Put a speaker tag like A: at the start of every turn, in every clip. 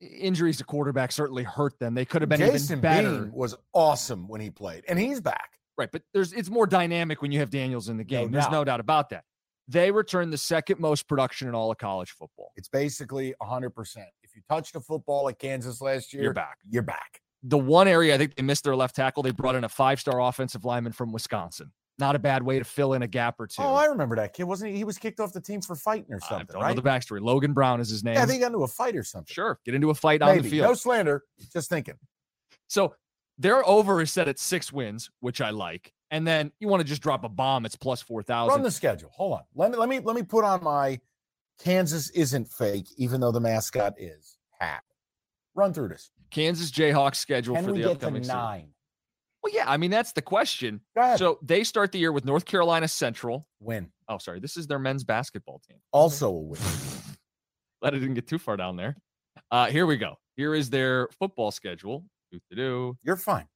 A: injuries to quarterback certainly hurt them. They could have been
B: Jason
A: even better.
B: Bean was awesome when he played, and he's back.
A: Right, but there's it's more dynamic when you have Daniels in the game. There's
B: doubt.
A: no doubt about that. They return the second most production in all of college football.
B: It's basically 100%. If you touched a football at Kansas last year,
A: You're back.
B: You're back.
A: The one area I think they missed their left tackle, they brought in a five-star offensive lineman from Wisconsin. Not a bad way to fill in a gap or two.
B: Oh, I remember that kid. Wasn't he? He was kicked off the team for fighting or
A: I
B: something,
A: don't
B: right?
A: know the backstory. Logan Brown is his name.
B: yeah, I think he got into a fight or something.
A: sure, get into a fight on the
B: Maybe.
A: field.
B: No slander. Just thinking.
A: So their over is set at six wins, which I like. And then you want to just drop a bomb, it's plus four
B: Run
A: thousand.
B: the schedule. Hold on. Let me let me let me put on my Kansas isn't fake, even though the mascot is hat. Run through this.
A: Kansas Jayhawks schedule
B: Can
A: for
B: we
A: the
B: get to
A: upcoming season.
B: nine?
A: Well, yeah, I mean that's the question.
B: Go ahead.
A: So they start the year with North Carolina Central.
B: win.
A: Oh, sorry, this is their men's basketball team.
B: Also a win.
A: Glad I didn't get too far down there. Uh, here we go. Here is their football schedule. Doo-doo-doo.
B: You're fine.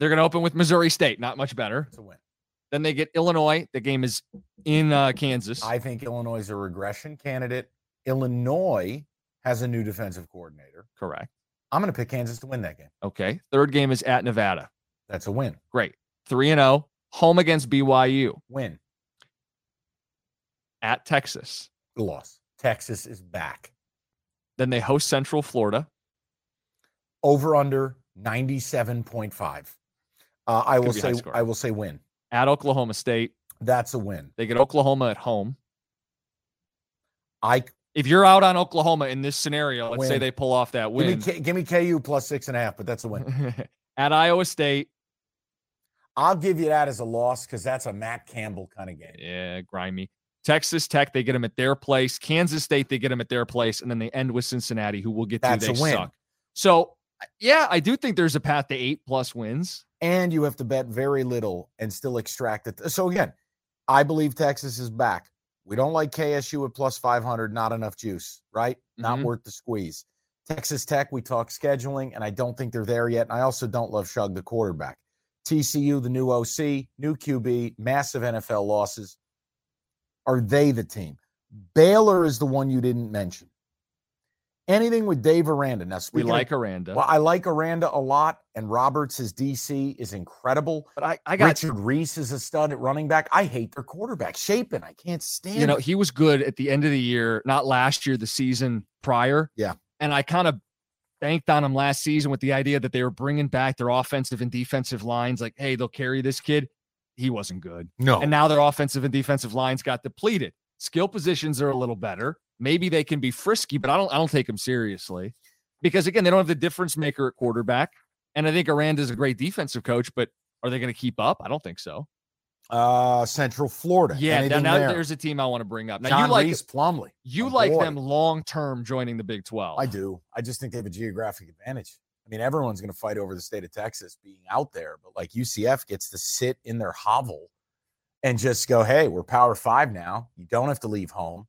A: They're going to open with Missouri State. Not much better.
B: It's a win.
A: Then they get Illinois. The game is in uh, Kansas.
B: I think Illinois is a regression candidate. Illinois has a new defensive coordinator.
A: Correct.
B: I'm going to pick Kansas to win that game.
A: Okay. Third game is at Nevada.
B: That's a win.
A: Great. 3 and 0. Home against BYU
B: Win.
A: at Texas.
B: Loss. Texas is back.
A: Then they host Central Florida.
B: Over under 97.5. Uh, I
A: Could
B: will
A: be high
B: say
A: scoring.
B: I will say win.
A: At Oklahoma State.
B: That's a win.
A: They get Oklahoma at home.
B: I
A: If you're out on Oklahoma in this scenario, let's say
B: Win.
A: they pull off that
B: give me,
A: win.
B: K, give me KU plus six and a half, but that's a win.
A: at Iowa State.
B: I'll give you that as a loss because that's a Matt Campbell kind of game.
A: Yeah, grimy. Texas Tech, they get them at their place. Kansas State, they get them at their place, and then they end with Cincinnati, who will get to
B: That's
A: they
B: a win.
A: suck. So yeah, I do think there's a path to eight plus wins.
B: and you have to bet very little and still extract it. So again, I believe Texas is back. We don't like KSU at plus 500, not enough juice, right? Not
A: Mhm.
B: worth the squeeze. Texas Tech, we talk scheduling, and I don't think they're there yet. And I also don't love Shug, the quarterback. TCU, the new OC, new QB, massive NFL losses. Are they the team? Baylor is the one you didn't mention. Anything with Dave Aranda. Now,
A: We
B: speaking of
A: like Aranda.
B: well, I like Aranda a lot, and Roberts' his DC is incredible.
A: but I, I got
B: Richard Reese is a stud at running back. I hate their quarterback, Shapen. I can't stand.
A: you know,
B: it.
A: he was good at the end of the year, not last year, the season prior.
B: Yeah.
A: And I kind of banked on him last season with the idea that they were bringing back their offensive and defensive lines. Like, hey, they'll carry this kid. he wasn't good.
B: No.
A: And now their offensive and defensive lines got depleted. Skill positions are a little better. Maybe they can be frisky, but I don't I don't take them seriously because again, they don't have the difference maker at quarterback. And I think Aranda's a great defensive coach, but are they going to keep up? I don't think so.
B: uh, Central Florida.
A: Yeah, now,
B: Anything
A: now
B: there?
A: there's a team I want to bring up. Now
B: John
A: you like
B: Reese Plumley.
A: you
B: my
A: like
B: boy.
A: them long term joining the Big 12.
B: I do. I just think they have a geographic advantage. I mean, everyone's going to fight over the state of Texas being out there, but like UCF gets to sit in their hovel and just go, hey, we're power five now. You don't have to leave home.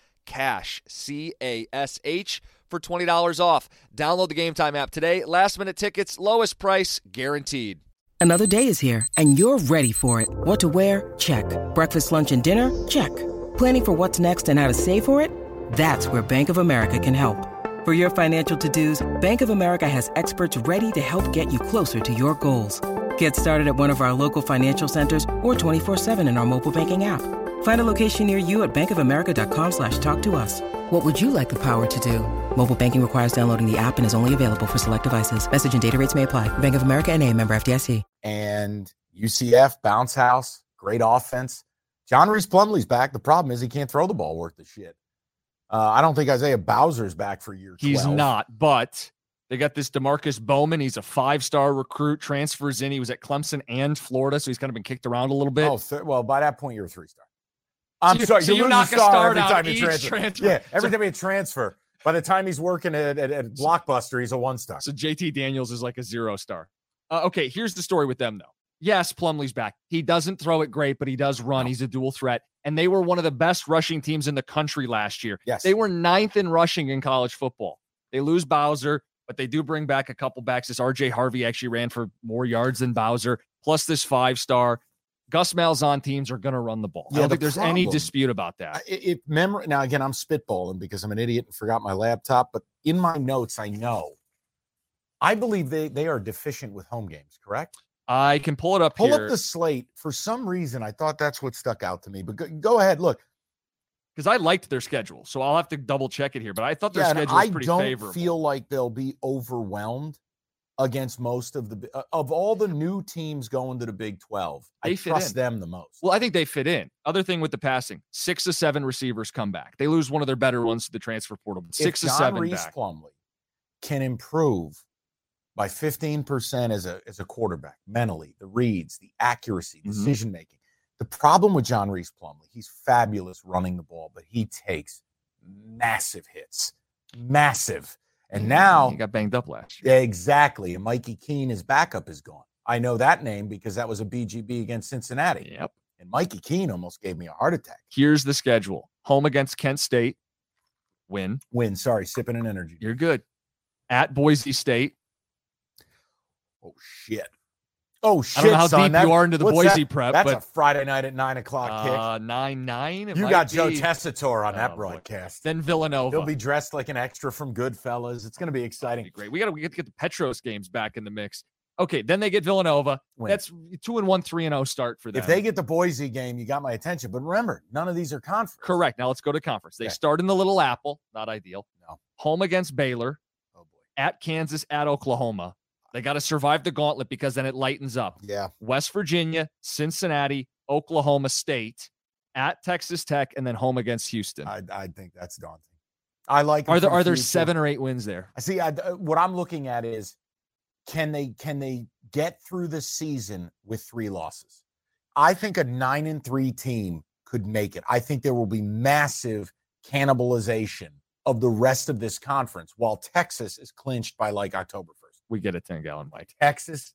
C: CASH, C A S H, for $20 off. Download the Game Time app today. Last minute tickets, lowest price guaranteed.
D: Another day is here, and you're ready for it. What to wear? Check. Breakfast, lunch, and dinner? Check. Planning for what's next and how to save for it? That's where Bank of America can help. For your financial to dos, Bank of America has experts ready to help get you closer to your goals. Get started at one of our local financial centers or 24-7 in our mobile banking app. Find a location near you at bankofamerica.com slash talk to us. What would you like the power to do? Mobile banking requires downloading the app and is only available for select devices. Message and data rates may apply. Bank of America and a member FDIC.
B: And UCF, bounce house, great offense. John Reese Plumley's back. The problem is he can't throw the ball worth the shit. Uh, I don't think Isaiah Bowser's back for year 12.
A: He's not, but they got this Demarcus Bowman. He's a five star recruit, transfers in. He was at Clemson and Florida, so he's kind of been kicked around a little bit.
B: Oh, thir- well, by that point, you're a three star. I'm
A: you-
B: sorry,
A: so
B: you
A: you
B: lose a
A: knock a
B: star,
A: star
B: every
A: down
B: time you
A: each
B: transfer.
A: transfer.
B: Yeah, every
A: So-
B: time you transfer. By the time he's working at, at, at Blockbuster, he's a one star.
A: So JT Daniels is like a zero star. Uh, okay, here's the story with them though. Yes, Plumlee's back. He doesn't throw it great, but he does run. He's a dual threat. And they were one of the best rushing teams in the country last year.
B: Yes,
A: They were ninth in rushing in college football. They lose Bowser, but they do bring back a couple backs. This RJ Harvey actually ran for more yards than Bowser, plus this five star. Gus Malzahn teams are going to run the ball. I
B: Yeah,
A: don't
B: the
A: think there's any
B: problem-
A: dispute about
B: I-
A: that.
B: If memory now again, I'm spitballing because I'm an idiot and forgot my laptop. But in my notes, I know. I believe they they are deficient with home games. Correct.
A: I can pull it up
B: Pull
A: here
B: up the slate. For some reason, I thought that's what stuck out to me. But go, go ahead, look.
A: because I liked their schedule. So I'll have to double check it here. But I thought their
B: Yeah, and
A: schedule
B: I
A: was pretty
B: don't
A: favorable.
B: feel like they'll be overwhelmed against most of the bi- uh, of all the new teams going to the Big Twelve. I
A: They fit
B: trust
A: in.
B: them the most.
A: Well, I think they fit in. Other thing with the passing, six of seven receivers come back. They lose one of their better ones to the transfer portal. but
B: If
A: Six of
B: John
A: seven
B: Reese
A: back.
B: Plumley can improve by fifteen percent as a as a quarterback mentally, the reads, the accuracy,
E: Mhm.
A: Mm-hmm.
B: decision making. The problem with John Reese Plumley, he's fabulous running the ball, but he takes massive hits, massive. And now
A: he got banged up last year.
B: Yeah, exactly. And Mikey Keene, his backup is gone. I know that name because that was a BGB against Cincinnati.
A: Yep.
B: And Mikey Keene almost gave me a heart attack.
A: Here's the schedule home against Kent State, win.
B: Win, sorry, sipping an energy. drink.
A: You're good. At Boise State.
B: Oh shit. Oh shit.
A: I don't know how
B: son,
A: deep
B: that-
A: you are into the
B: what's
A: Boise
B: that?
A: prep,
B: That's a
A: Uh, but
B: Friday night at nine o'clock kick.
A: uh, 9 9.
B: you got Joe Tessitore on
A: Oh, boy.
B: that broadcast.
A: Then Villanova.
B: He'll be dressed like an extra from Goodfellas. It's gonna be exciting.
A: That'd be great. We got to get the Petros games back in the mix. Okay, then they get Villanova.
B: Win.
A: That's two and one, three and zero start for them.
B: if they get the Boise game, you got my attention. But remember, none of these are conference.
A: Correct. Now let's go to conference. They
B: Okay.
A: start in the Little Apple. Not ideal.
B: No.
A: Home against Baylor,
B: Oh boy.
A: at Kansas, at Oklahoma. They got to survive the gauntlet because then it lightens up.
B: Yeah.
A: West Virginia, Cincinnati, Oklahoma State, at Texas Tech, and then home against Houston.
B: I, I think that's daunting. I like. 'em
A: are
B: for
A: there
B: the
A: are there
B: future.
A: seven or eight wins there?
B: I see. I, uh, what I'm looking at is, can they can they get through the season with three losses? I think a nine and three team could make it. I think there will be massive cannibalization of the rest of this conference while Texas is clinched by like October 1st.
A: We get a 10 gallon mic.
B: Texas